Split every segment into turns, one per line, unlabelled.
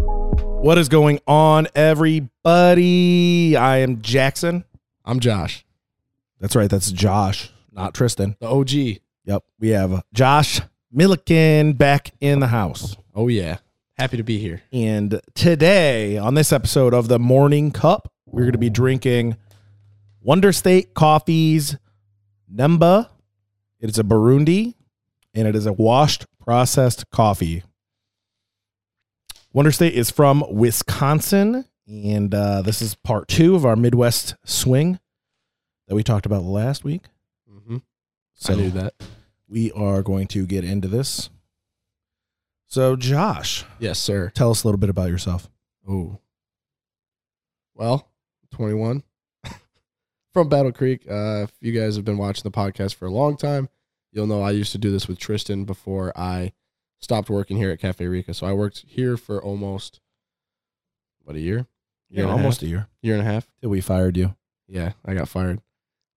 What is going on, everybody? I am Jackson.
I'm Josh,
That's right. That's Josh, not Tristan.
the OG.
Yep. We have Josh Milliken back in the house.
Oh yeah, happy to be here.
And today, on this episode of the Morning Cup, we're going to be drinking Wonder State Coffee's Nemba. It is a Burundi and it is a washed processed coffee. Wonder State is from Wisconsin. And uh, this is part two of our Midwest swing that we talked about last week.
I knew that.
we are going to get into this. So, Josh,
Yes, sir.
tell us a little bit about yourself.
Oh, well, 21 from Battle Creek. Uh, if you guys have been watching the podcast for a long time, you'll know I used to do this with Tristan before I stopped working here at Cafe Rica. So I worked here for almost what a year,
Yeah,
year and a
almost
half?
a year
year and a half.
till we fired you.
yeah, I got fired,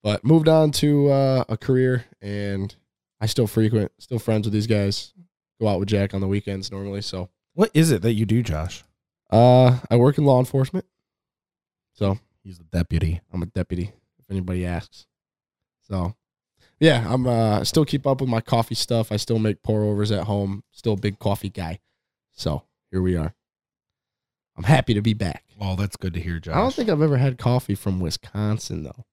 but moved on to uh, a career, and I still frequent, still friends with these guys. Go out with Jack on the weekends normally. So
What is it that you do, Josh?
uh, I work in law enforcement. So
He's the deputy.
I'm a deputy, if anybody asks. So yeah, I'm uh, still keep up with my coffee stuff. I still make pour overs at home. Still a big coffee guy. So here we are. I'm happy to be back.
Well, that's good to hear, Josh.
I don't think I've ever had coffee from Wisconsin though.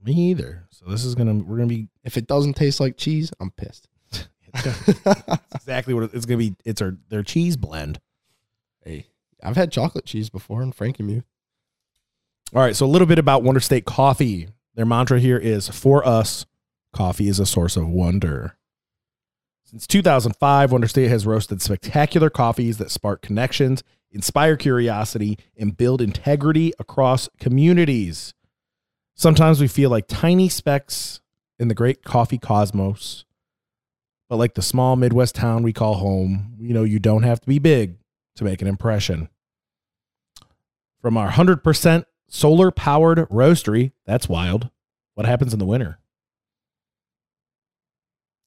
me either. So this is gonna we're gonna be
If it doesn't taste like cheese, I'm pissed.
exactly what it- it's gonna be. It's our their cheese blend.
Hey, I've had chocolate cheese before in Frankenmuth.
All right. So a little bit about Wonder State Coffee. Their mantra here is for us, coffee is a source of wonder. Since 2005, Wonder State has roasted spectacular coffees that spark connections, inspire curiosity, and build integrity across communities. Sometimes we feel like tiny specks in the great coffee cosmos, but like the small Midwest town we call home, we know you don't have to be big to make an impression. From our 100% solar powered roastery, that's wild. What happens in the winter?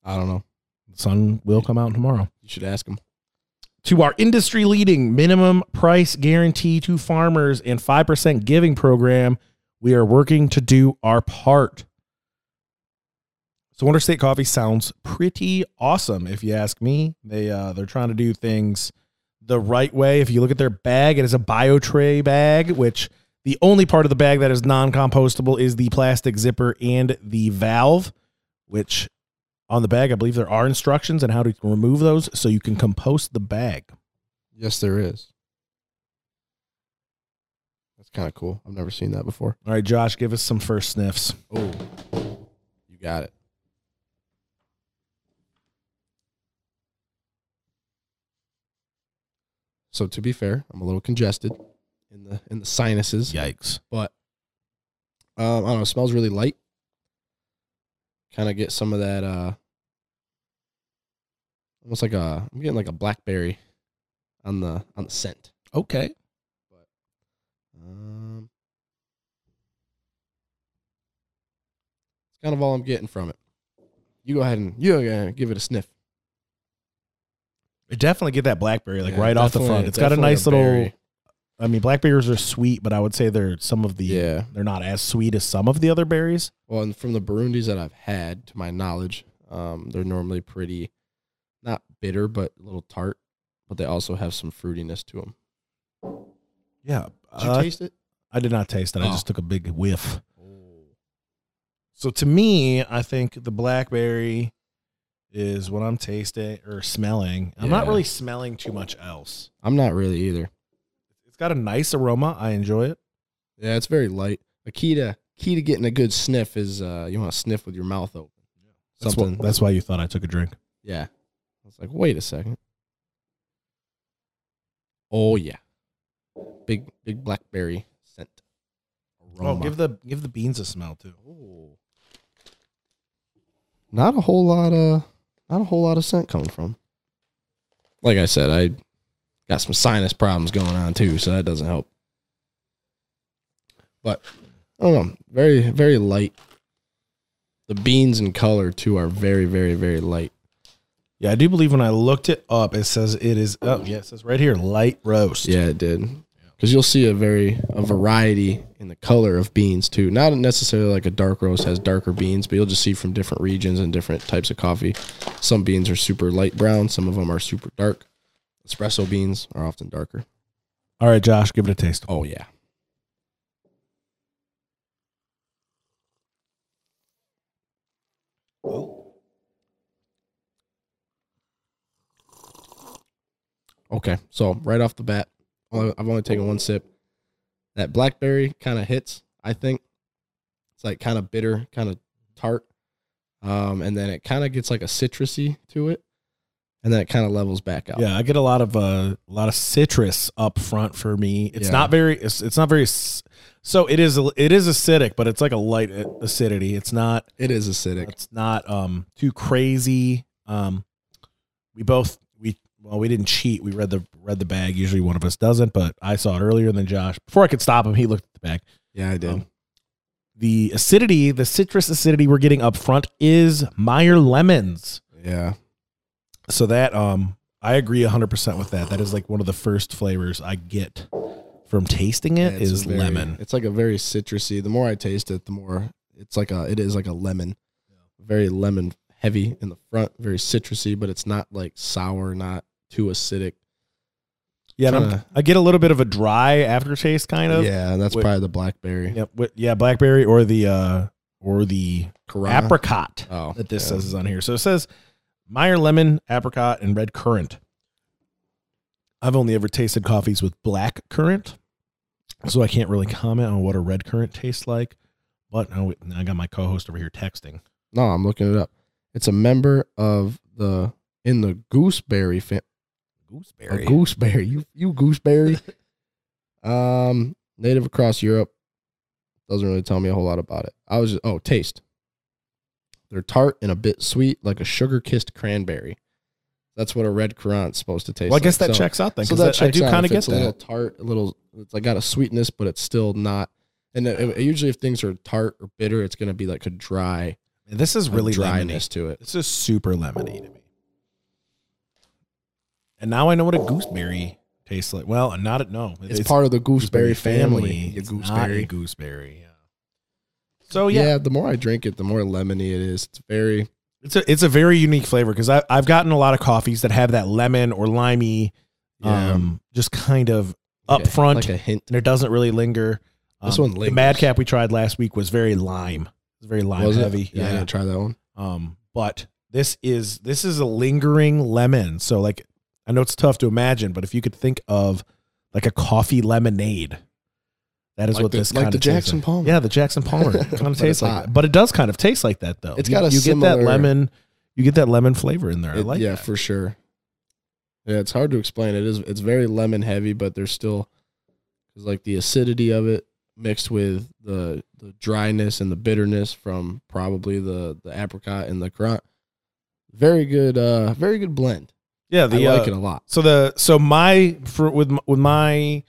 I don't know.
The sun will come out tomorrow.
You should ask him.
To our industry leading minimum price guarantee to farmers and 5% giving program, we are working to do our part. So Wonder State Coffee sounds pretty awesome if you ask me. They uh, they're trying to do things the right way. If you look at their bag, it is a bio tray bag, which the only part of the bag that is non-compostable is the plastic zipper and the valve, which on the bag I believe there are instructions on how to remove those so you can compost the bag.
Yes, there is. That's kind of cool. I've never seen that before.
All right, Josh, give us some first sniffs.
Oh, you got it. So to be fair, I'm a little congested in the in the sinuses.
Yikes.
but um, I don't know. It smells really light. Kind of get some of that, uh, almost like a. I'm getting like a blackberry on the on the scent.
Okay.
Um, it's kind of all I'm getting from it. You go ahead and you go ahead and give it a sniff.
I definitely get that blackberry like
Yeah,
right off the
definitely-
front. It's got a
definitely
nice little
berry.
I mean blackberries are sweet, but I would say they're some of the
yeah.
they're not as sweet as some of the other berries.
Well, and from the Burundis that I've had, to my knowledge, um, they're normally pretty, not bitter, but a little tart. But they also have some fruitiness to them.
Yeah. Uh,
Did you taste it?
I did not taste it. I
Oh.
just took a big whiff. So to me, I think the blackberry is what I'm tasting or smelling. I'm not
Yeah.
really smelling too much else.
I'm not really either.
It's got a nice aroma. I enjoy it.
Yeah, it's very light. A key to key to getting a good sniff is uh, you want to sniff with your mouth open.
That's wh-
Something.
that's why you thought I took a drink.
yeah. I was like, wait a second. Oh yeah, big big blackberry scent.
Oh, give the give the beans a smell too.
Ooh. Not a whole lot of not a whole lot of scent coming from. Like I said, I got some sinus problems going on too, so that doesn't help. But I don't know, very very light. The beans and color too are very very very light.
Yeah, I do believe when I looked it up, it says it is. Oh, yeah, it says right here, light roast.
Yeah, it did. Because you'll see a very a variety in the color of beans too. Not necessarily like a dark roast has darker beans, but you'll just see from different regions and different types of coffee. Some beans are super light brown. Some of them are super dark. Espresso beans are often darker.
All right, Josh, give it a taste.
Oh yeah. Okay, so right off the bat, only- I've only taken one sip. That blackberry kind of hits. I think it's like kind of bitter, kind of tart, um, and then it kind of gets like a citrusy to it, and then it kind of levels back out.
Yeah, I get a lot of uh, a lot of citrus up front for me. It's
Yeah.
not very. It's, it's not very. s- So it is. a- It is acidic, but it's like a light a- acidity. It's not.
it is acidic.
It's not um too crazy. Um, we both we well we didn't cheat. We read the read the bag. Usually one of us doesn't, but I saw it earlier than Josh. Before I could stop him, he looked at the bag.
Yeah, I did.
Um, The acidity, the citrus acidity we're getting up front is Meyer lemons.
yeah,
So that um I agree 100% with that. That is like one of the first flavors I get from tasting it
it's
is
very-
lemon.
It's like a very citrusy. The more I taste it, the more it's like a it is like a lemon. Very lemon heavy in the front, very citrusy, but it's not like sour, not too acidic.
Yeah, and I'm-
kinda-
I get a little bit of a dry aftertaste kind of.
yeah, and that's
Wait.
probably the blackberry.
Yep, wi- yeah, blackberry or the uh or the
Carafe.
apricot
Oh,
that this
yeah.
says is on here. So it says Meyer lemon, apricot and red currant. I've only ever tasted coffees with black currant. So I can't really comment on what a red currant tastes like. But oh, wait, I got my co-host over here texting.
No, I'm looking it up. It's a member of the in the gooseberry family.
Gooseberry.
A gooseberry. You you gooseberry. um, native across Europe. Doesn't really tell me a whole lot about it. I was oh taste. They're tart and a bit sweet, like a sugar kissed cranberry. That's what a red currant's supposed to taste.
Well, I guess
like.
that
so,
checks out then.
So
'cause
that
that, I
checks
do
out
kind
if
of get
it's a little
that.
tart, a little. It's like got a sweetness, but it's still not. And it- it- usually, if things are tart or bitter, it's going to be like a dry,
This is
a
really lemony.
dryness to it.
This is super lemony to me. And now I know what a gooseberry tastes like. Well, not no,
It's, part of the gooseberry, family. You
It's not a gooseberry. Yeah. So Oh, yeah,
yeah. the more I drink it, the more lemony it is. It's very
it's a it's a very unique flavor because I I've gotten a lot of coffees that have that lemon or limey,
um,
um, just kind of up
like a-
front,
like a hint.
and it doesn't really linger.
This
Um,
one
the
lingers.
madcap we tried last week was very lime. It's very lime
Was it?
heavy.
Yeah, I didn't try that one.
Um, but this is this is a lingering lemon. So like I know it's tough to imagine, but if you could think of like a coffee lemonade, that is
Like
what
the-
this
like
kind
the
of tastes
Jackson
like.
Palmer.
Yeah, the Jackson Palmer kind
But
of
it's
tastes like
hot.
that. But it does kind of taste like that though.
It's
You-
got a
you get that
similar-
lemon, you get that lemon flavor in there. I
It-
like
yeah,
that.
for sure. Yeah, it's hard to explain. It is. It's very lemon heavy, but there's still because like the acidity of it mixed with the the dryness and the bitterness from probably the the apricot and the currant. Very good. Uh, very good blend.
yeah, the
I like
uh,
it a lot.
So the so my for with m- with my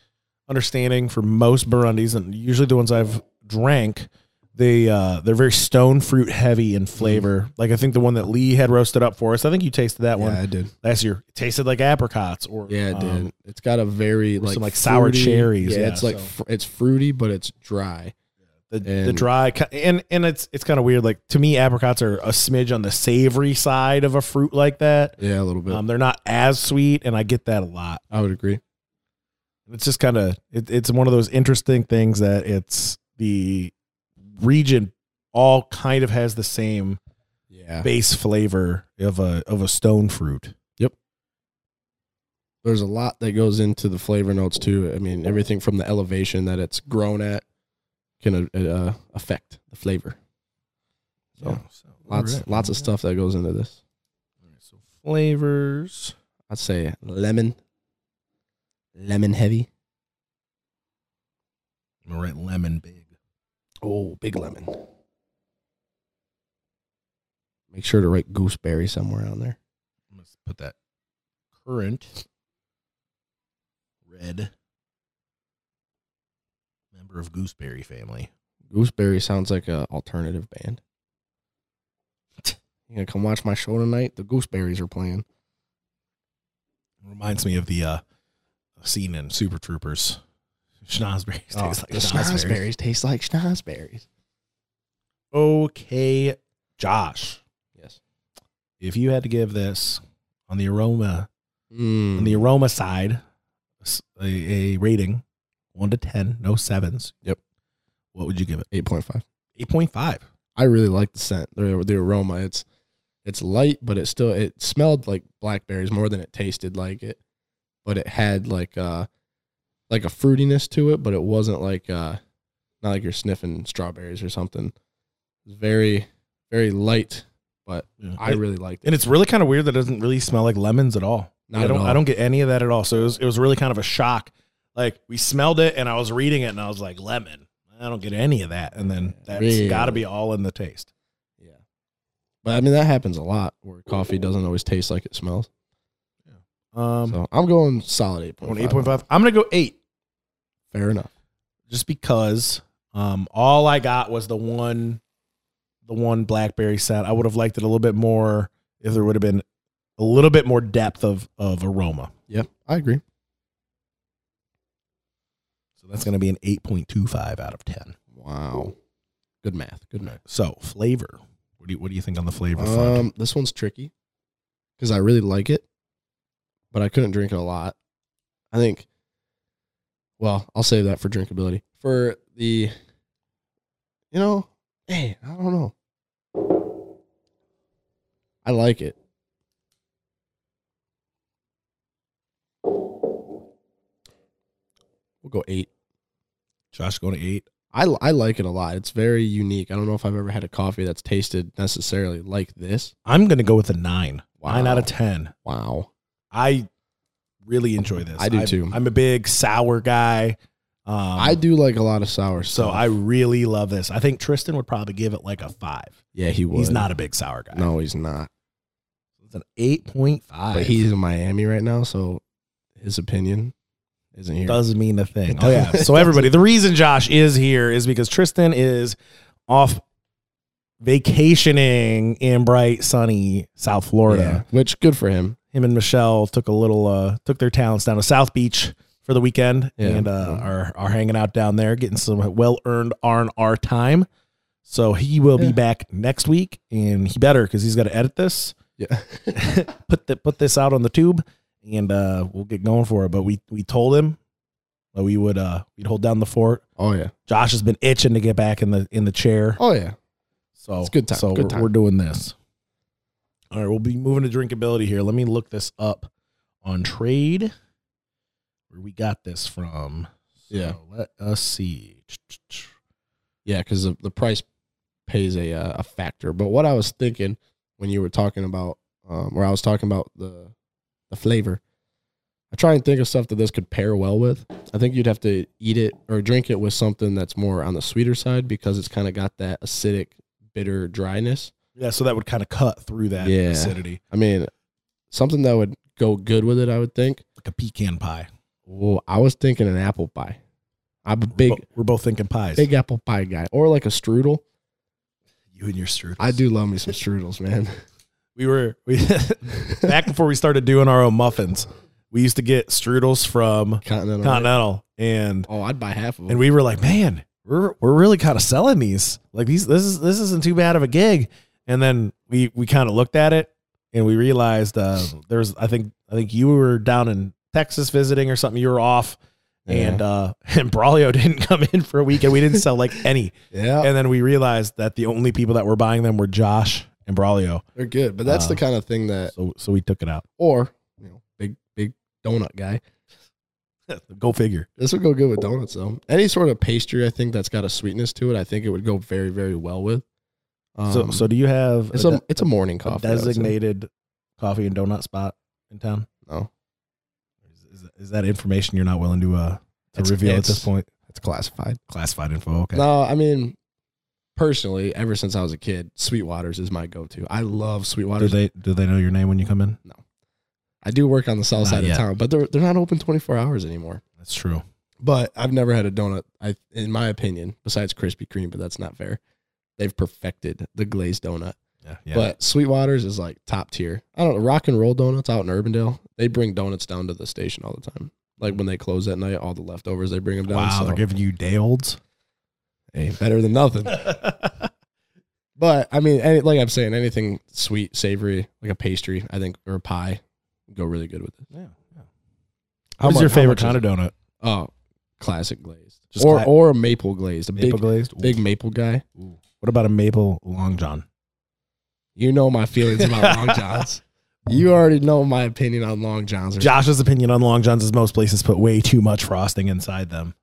understanding for most Burundis and usually the ones I've drank, they uh they're very stone fruit heavy
Mm-hmm.
in flavor. Like I think the one that Lee had roasted up for us, I think you tasted that
yeah,
one
I did.
last year. It tasted like apricots or
Yeah, it did.
um,
it's got a very
with
like
some, like, sour cherries,
Yeah,
yeah,
it's like
so-
fr- it's fruity, but it's dry.
the, the
And-
dry ki- and and it's it's kind of weird. Like to me, apricots are a smidge on the savory side of a fruit like that.
Yeah, a little bit.
Um, they're not as sweet, and I get that a lot.
I would agree.
it's just kind of it, it's one of those interesting things that it's the region all kind of has the same
Yeah.
base flavor of a of a stone fruit.
there's a lot that goes into the flavor notes too. I mean, everything from the elevation that it's grown at can uh, uh, affect the flavor. So lots, lots of stuff that goes into this.
So flavors.
I'd say lemon, lemon heavy.
I'm gonna write lemon big.
Oh, big lemon. Make sure to write gooseberry somewhere on there.
I'm gonna put that current red member of gooseberry family.
Gooseberry sounds like a alternative band. You gonna come watch my show tonight? The Gooseberries are playing.
Reminds me of the uh, scene in Super Troopers. Schnozberries
Oh,
taste like
the
schnozberries.
schnozberries taste like schnozberries.
Okay, Josh,
Yes.
if you had to give this on the aroma
Mm.
on the aroma side s- a, a rating one to ten, no sevens.
Yep.
What would you give it?
8.5.
Eight point five.
I really like the scent, the, the aroma. It's it's light, but it still it smelled like blackberries more than it tasted like it. But it had like uh like a fruitiness to it, but it wasn't like uh not like you're sniffing strawberries or something. It's very very light, but I really liked it.
and it's really kind of weird that it doesn't really smell like lemons at all.
Not
I
at
don't
all.
I don't get any of that at all. So it was it was really kind of a shock. Like we smelled it and I was reading it and I was like lemon. I don't get any of that. And then that's
Really?
got to be all in the taste.
Yeah. But I mean that happens a lot where coffee doesn't always taste like it smells.
Um
so I'm going solid 8.5.
on 8.5. I'm going to go 8
Fair enough.
just because um all I got was the one the one blackberry scent. I would have liked it a little bit more if there would have been a little bit more depth of of aroma.
Yeah, I agree.
So that's going to be an 8.25 out of 10.
Wow. Good math. Good math.
So flavor. What do you what do you think on the flavor front?
Um, this one's tricky because I really like it, but I couldn't drink it a lot. I think. Well, I'll save that for drinkability. For the, you know, hey, I don't know. I like it. We'll go eight.
Josh going to eight.
I, I like it a lot. It's very unique. I don't know if I've ever had a coffee that's tasted necessarily like this.
I'm gonna go with a nine. Nine out of
Wow.
ten.
Wow.
I really enjoy this.
I do
I'm-
too.
I'm a big sour guy. Um,
I
I
do like a lot of sour
so
stuff.
I really love this. I think Tristan would probably give it like a five.
yeah, he was.
He's not a big sour guy.
No, he's not.
it's an eight point five.
But he's in Miami right now, so his opinion isn't here.
doesn't mean a thing.
It
Oh yeah.
doesn't-
So everybody, the reason Josh is here is because Tristan is off vacationing in bright sunny South Florida.
Yeah, which good for him.
him and Michelle took a little uh took their talents down to South Beach for the weekend
Yeah.
and uh, are are hanging out down there getting some well earned R and R time. So he will
Yeah.
be back next week and he better because he's got to edit this,
Yeah.
put the put this out on the tube, and uh, we'll get going for it. But we we told him that we would uh we'd hold down the fort.
oh yeah.
Josh has been itching to get back in the in the chair.
Oh yeah.
So
It's good time,
So
good
we're,
time.
we're doing this. All right, we'll be moving to drinkability here. Let me look this up on trade. Where we got this from? So
Yeah.
Let us see.
Yeah, because the, the price pays a uh, a factor. But what I was thinking when you were talking about, um, where I was talking about the the flavor, I try and think of stuff that this could pair well with. I think you'd have to eat it or drink it with something that's more on the sweeter side because it's kind of got that acidic, bitter dryness.
Yeah, so that would kind of cut through that
Yeah.
acidity,
I mean, something that would go good with it, I would think.
like a pecan pie.
Well, I was thinking an apple pie. I'm a big
We're, bo- we're both thinking pies.
big apple pie guy, or like a strudel.
you and your strudel.
I do love me some strudels, man.
We were we back before we started doing our own muffins. We used to get strudels from
Continental.
Continental, and
Oh, I'd buy half of them.
and we were like, man, we're we're really kind of selling these. Like these, this is this isn't too bad of a gig. And then we we kind of looked at it and we realized uh, there's I think I think you were down in Texas visiting or something. You were off. And uh, and Braulio didn't come in for a week, and we didn't sell like any.
yeah,
And then we realized that the only people that were buying them were Josh and Braulio,
they're good. But that's
Uh,
the kind of thing that,
so so we took it out.
or you know, big big donut guy.
Go figure.
This would go good with donuts though. Any sort of pastry, I think that's got a sweetness to it. I think it would go very very well with. Um,
so so do you have
it's
a,
a,
de-
it's a morning
a
coffee. I would say.
designated coffee and donut spot in town?
No,
Is, is, is that information you're not willing to uh to
It's-
reveal at
it's-
this point?
it's classified.
Classified info. Okay.
No, I mean, personally, ever since I was a kid, Sweetwater's is my go-to. I love
do
Sweetwater's.
they do they know your name when you come in?
I do work on the south
Not
side
yet.
of town, but they're they're not open 24 hours anymore.
That's true.
But I've never had a donut. I, in my opinion, besides Krispy Kreme, but that's not fair. They've perfected the glazed donut.
Yeah. yeah.
But Sweetwater's is like top tier. I don't know. Rock and Roll Donuts out in Urbandale, they bring donuts down to the station all the time. Like when they close at night, all the leftovers they bring them down.
wow,
so
they're giving you day olds.
hey, better than nothing. But I mean, any, like I'm saying, anything sweet, savory, like a pastry, I think, or a pie, would go really good with it.
Yeah.
How
What's
much-
your
how
favorite
much
kind
is
of donut?
Oh, classic glazed,
Just
or
cla-
or a maple glazed, a
Maple
big
glazed. Ooh.
big maple guy.
Ooh. What about a maple long john?
You know my feelings about long johns. You already know my opinion on long johns. Are-
Josh's opinion on long johns is most places put way too much frosting inside them.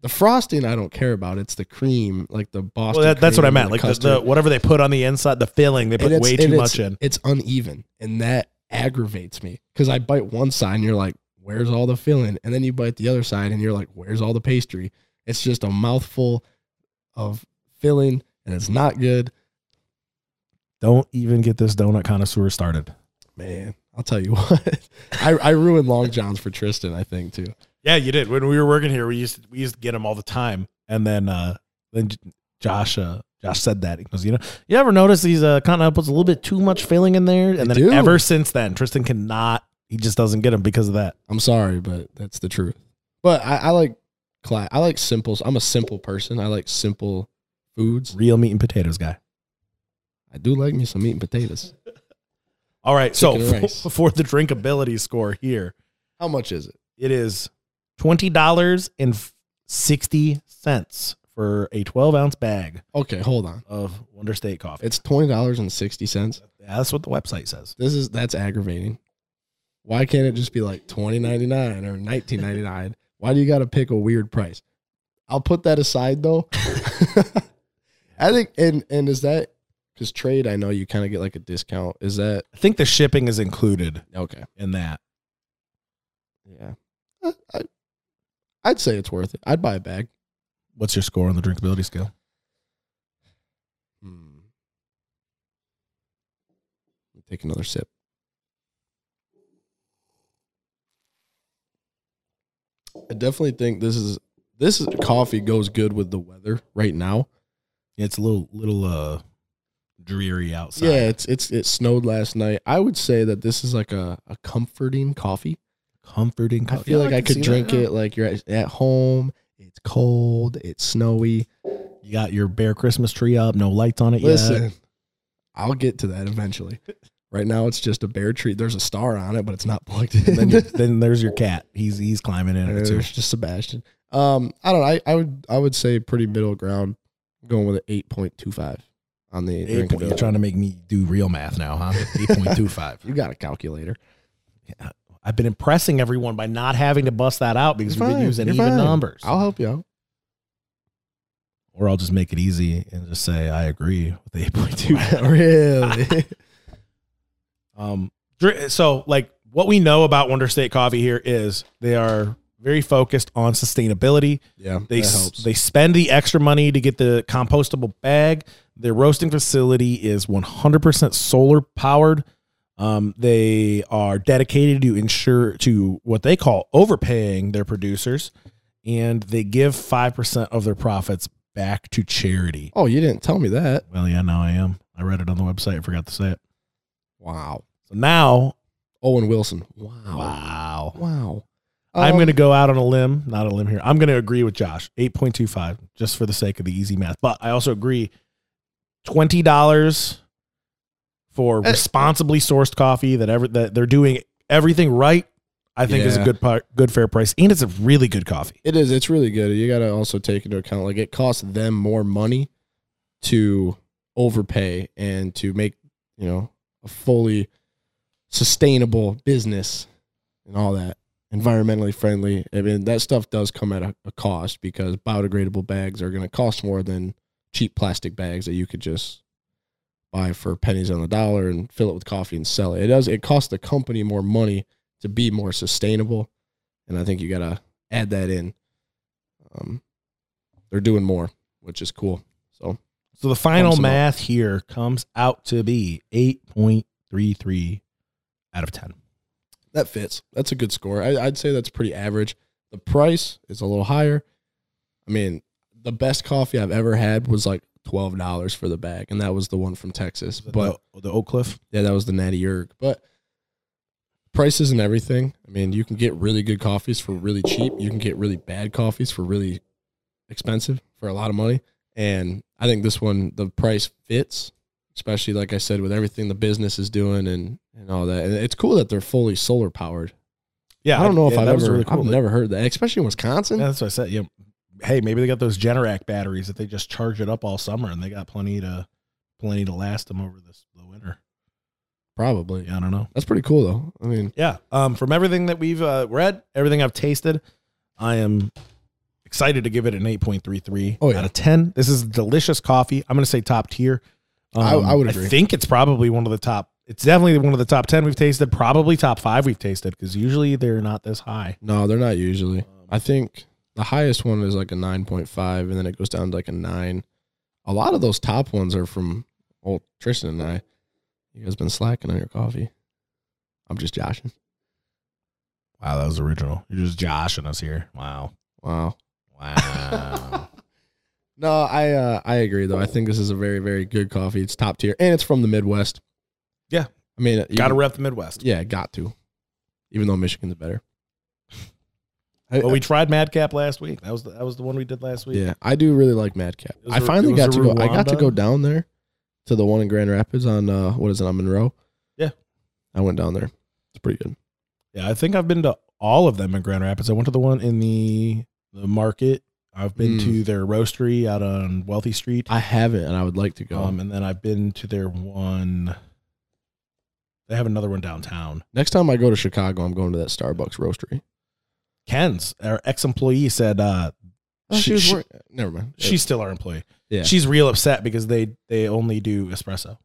the frosting I don't care about. It's the cream, like the Boston.
Well, that, that's what
cream
I meant.
and
Like the,
custard.
the whatever they put on the inside, the filling they
And
put
it's-
way
and
too
it's-
much in.
It's uneven, and that aggravates me because I bite one side, and you're like, "Where's all the filling?" And then you bite the other side, and you're like, "Where's all the pastry?" It's just a mouthful of filling, and it's not good.
Don't even get this donut connoisseur started.
Man, I'll tell you what, I, I ruined Long Johns for Tristan. I think too.
Yeah, you did. When we were working here, we used to, we used to get them all the time, and then uh then J- Josh uh, Josh said that he goes, you know, you ever notice these uh, continental puts a little bit too much filling in there, and then
do.
ever since then, Tristan cannot. He just doesn't get them because of that.
I'm sorry, but that's the truth. But I, I like cla- I like simple. I'm a simple person. I like simple foods.
Real meat and potatoes guy.
I do like me some meat and potatoes.
All right,
Chicken
so
and
for,
rice.
for the drinkability score here,
How much is it?
it is twenty dollars and sixty cents for a twelve ounce bag
Okay, hold on.
of Wonder State coffee.
It's twenty dollars and sixty cents.
Yeah, that's what the website says.
This is that's aggravating. Why can't it just be like twenty ninety nine or nineteen ninety nine? Why do you got to pick a weird price? I'll put that aside though. I think and and is that because trade? I know you kind of get like a discount. Is that
I think the shipping is included
okay?
in that.
Yeah, I, I, I'd say it's worth it. I'd buy a bag.
What's your score on the drinkability scale?
Hmm. Take another sip. I definitely think this is this is, coffee goes good with the weather right now.
It's a little little uh dreary outside.
Yeah, it's it's it snowed last night. I would say that this is like a, a comforting coffee.
Comforting
I
coffee.
feel
Yeah,
like I
can see
could
that,
drink
yeah.
it like you're at, at home. It's cold. It's snowy.
You got your bare Christmas tree up, no lights on it
Listen,
yet.
I'll get to that eventually. Right now, it's just a bare tree. There's a star on it, but it's not plugged in.
And then, you- then there's your cat. He's he's climbing in it
There's
too.
just Sebastian. Um, I don't know. I, I would I would say pretty middle ground, going with an eight point two five on the
Eight point, you're
drinkability.
trying to make me do real math now, huh? Eight point two five.
You got a calculator.
I've been impressing everyone by not having to bust that out because
You're
we've been
fine.
using
You're
even
fine.
numbers.
I'll help you out.
or I'll just make it easy and just say I agree with the eight point two.
really?
Um, dr- so like what we know about Wonder State Coffee here is they are very focused on sustainability.
yeah,
They
that
s-
helps.
they spend the extra money to get the compostable bag. Their roasting facility is 100% solar powered. Um, they are dedicated to ensure to what they call overpaying their producers, and they give five percent of their profits back to charity.
oh, you didn't tell me that.
Well, yeah, now I am. I read it on the website. I forgot to say it.
Wow.
So now,
Owen Wilson. Wow.
wow,
Wow.
I'm
Um,
going to go out on a limb, not a limb here. I'm going to agree with Josh, 8.25, just for the sake of the easy math. But I also agree $20 for
Eh.
responsibly sourced coffee that ever that they're doing everything right, I think is a
Yeah.
good par- good fair price and it's a really good coffee.
It is. It's really good. You got to also take into account like it costs them more money to overpay and to make you know a fully sustainable business and all that environmentally friendly. I mean that stuff does come at a, a cost because biodegradable bags are going to cost more than cheap plastic bags that you could just buy for pennies on the dollar and fill it with coffee and sell it. It does. It costs the company more money to be more sustainable, and I think you got to add that in. Um, they're doing more, which is cool. So
So the final
Pumps 'em up.
math here comes out to be 8.33 out of 10.
that fits. That's a good score. I, I'd say that's pretty average. The price is a little higher. I mean, the best coffee I've ever had was like twelve dollars for the bag, and that was the one from Texas. But
But the, the Oak Cliff.
yeah, that was the Natty Erg. But prices and everything. I mean, you can get really good coffees for really cheap. You can get really bad coffees for really expensive for a lot of money. And I think this one, the price fits, especially like I said, with everything the business is doing and and all that. And it's cool that they're fully solar powered.
Yeah,
I don't know if
yeah,
I've
that was
ever,
really cool.
I've
Like,
never heard that, especially in Wisconsin.
yeah, that's what I said. Yeah. Hey, maybe they got those Generac batteries that they just charge it up all summer, and they got plenty to plenty to last them over this the winter.
Probably.
Yeah, I don't know.
That's pretty cool though. I mean,
Yeah. Um, from everything that we've uh, read, everything I've tasted, I am excited to give it an 8.33
Oh, yeah.
out of 10. This is delicious coffee. I'm going to say top tier. Um,
I- I would agree.
I think it's probably one of the top. It's definitely one of the top 10 we've tasted, probably top five we've tasted because usually they're not this high.
no, they're not usually. I think the highest one is like a 9.5 and then it goes down to like a 9. A lot of those top ones are from old Tristan and I. You guys been slacking on your coffee. I'm just joshing.
Wow, that was original. You're just joshing us here. Wow.
Wow.
Wow.
No, I uh, I agree though. I think this is a very very good coffee. It's top tier and it's from the Midwest.
Yeah.
I mean, you-
Got to rep the Midwest.
Yeah, got to. Even though Michigan's better. I-
Well, we tried Madcap last week. That was the, that was the one we did last week.
Yeah, I do really like Madcap.
It was
I
a-
finally
it was
got
a
to go. I got to
Rwanda?
go down there to the one in Grand Rapids on uh, what is it on Monroe.
Yeah.
I went down there. It's pretty good.
Yeah, I think I've been to all of them in Grand Rapids. I went to the one in the the market. I've been
Mm.
to their roastery out on Wealthy Street.
I haven't, and I would like to go.
Um, and then I've been to their one. They have another one downtown.
Next time I go to Chicago, I'm going to that Starbucks roastery.
Ken's our ex employee said uh,
Oh,
she- she-
work- Never mind.
she's still our employee.
Yeah.
she's real upset because they they only do espresso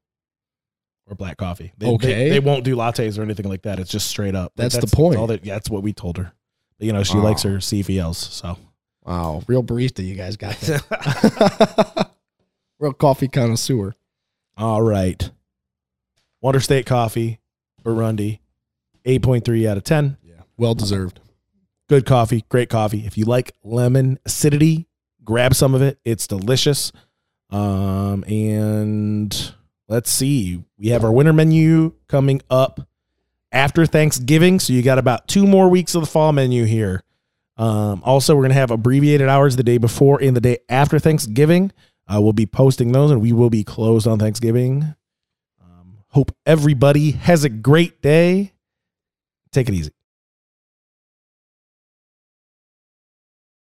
or black coffee. They, they-
Okay.
they, won't do lattes or anything like that. It's just straight up.
That's the point.
All that, yeah, that's what we told her. But, you know, she
Wow.
likes her CVLs. So
wow, real barista you guys got there. real coffee connoisseur.
All right. Wonder State Coffee, Burundi, 8.3 out of 10.
Yeah, well deserved.
Good coffee, great coffee. If you like lemon acidity, grab some of it. It's delicious. Um, and let's see. We have our winter menu coming up after Thanksgiving. So you got about two more weeks of the fall menu here. Um, also, we're going to have abbreviated hours the day before and the day after Thanksgiving. Uh, we'll be posting those and we will be closed on Thanksgiving. Um, hope everybody has a great day. Take it easy.